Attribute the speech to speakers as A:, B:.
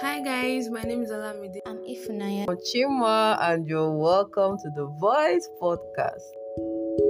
A: Hi guys, my name is Alamide.
B: I'm Ifunaya.
C: Chima, and you're welcome to the Voice Podcast.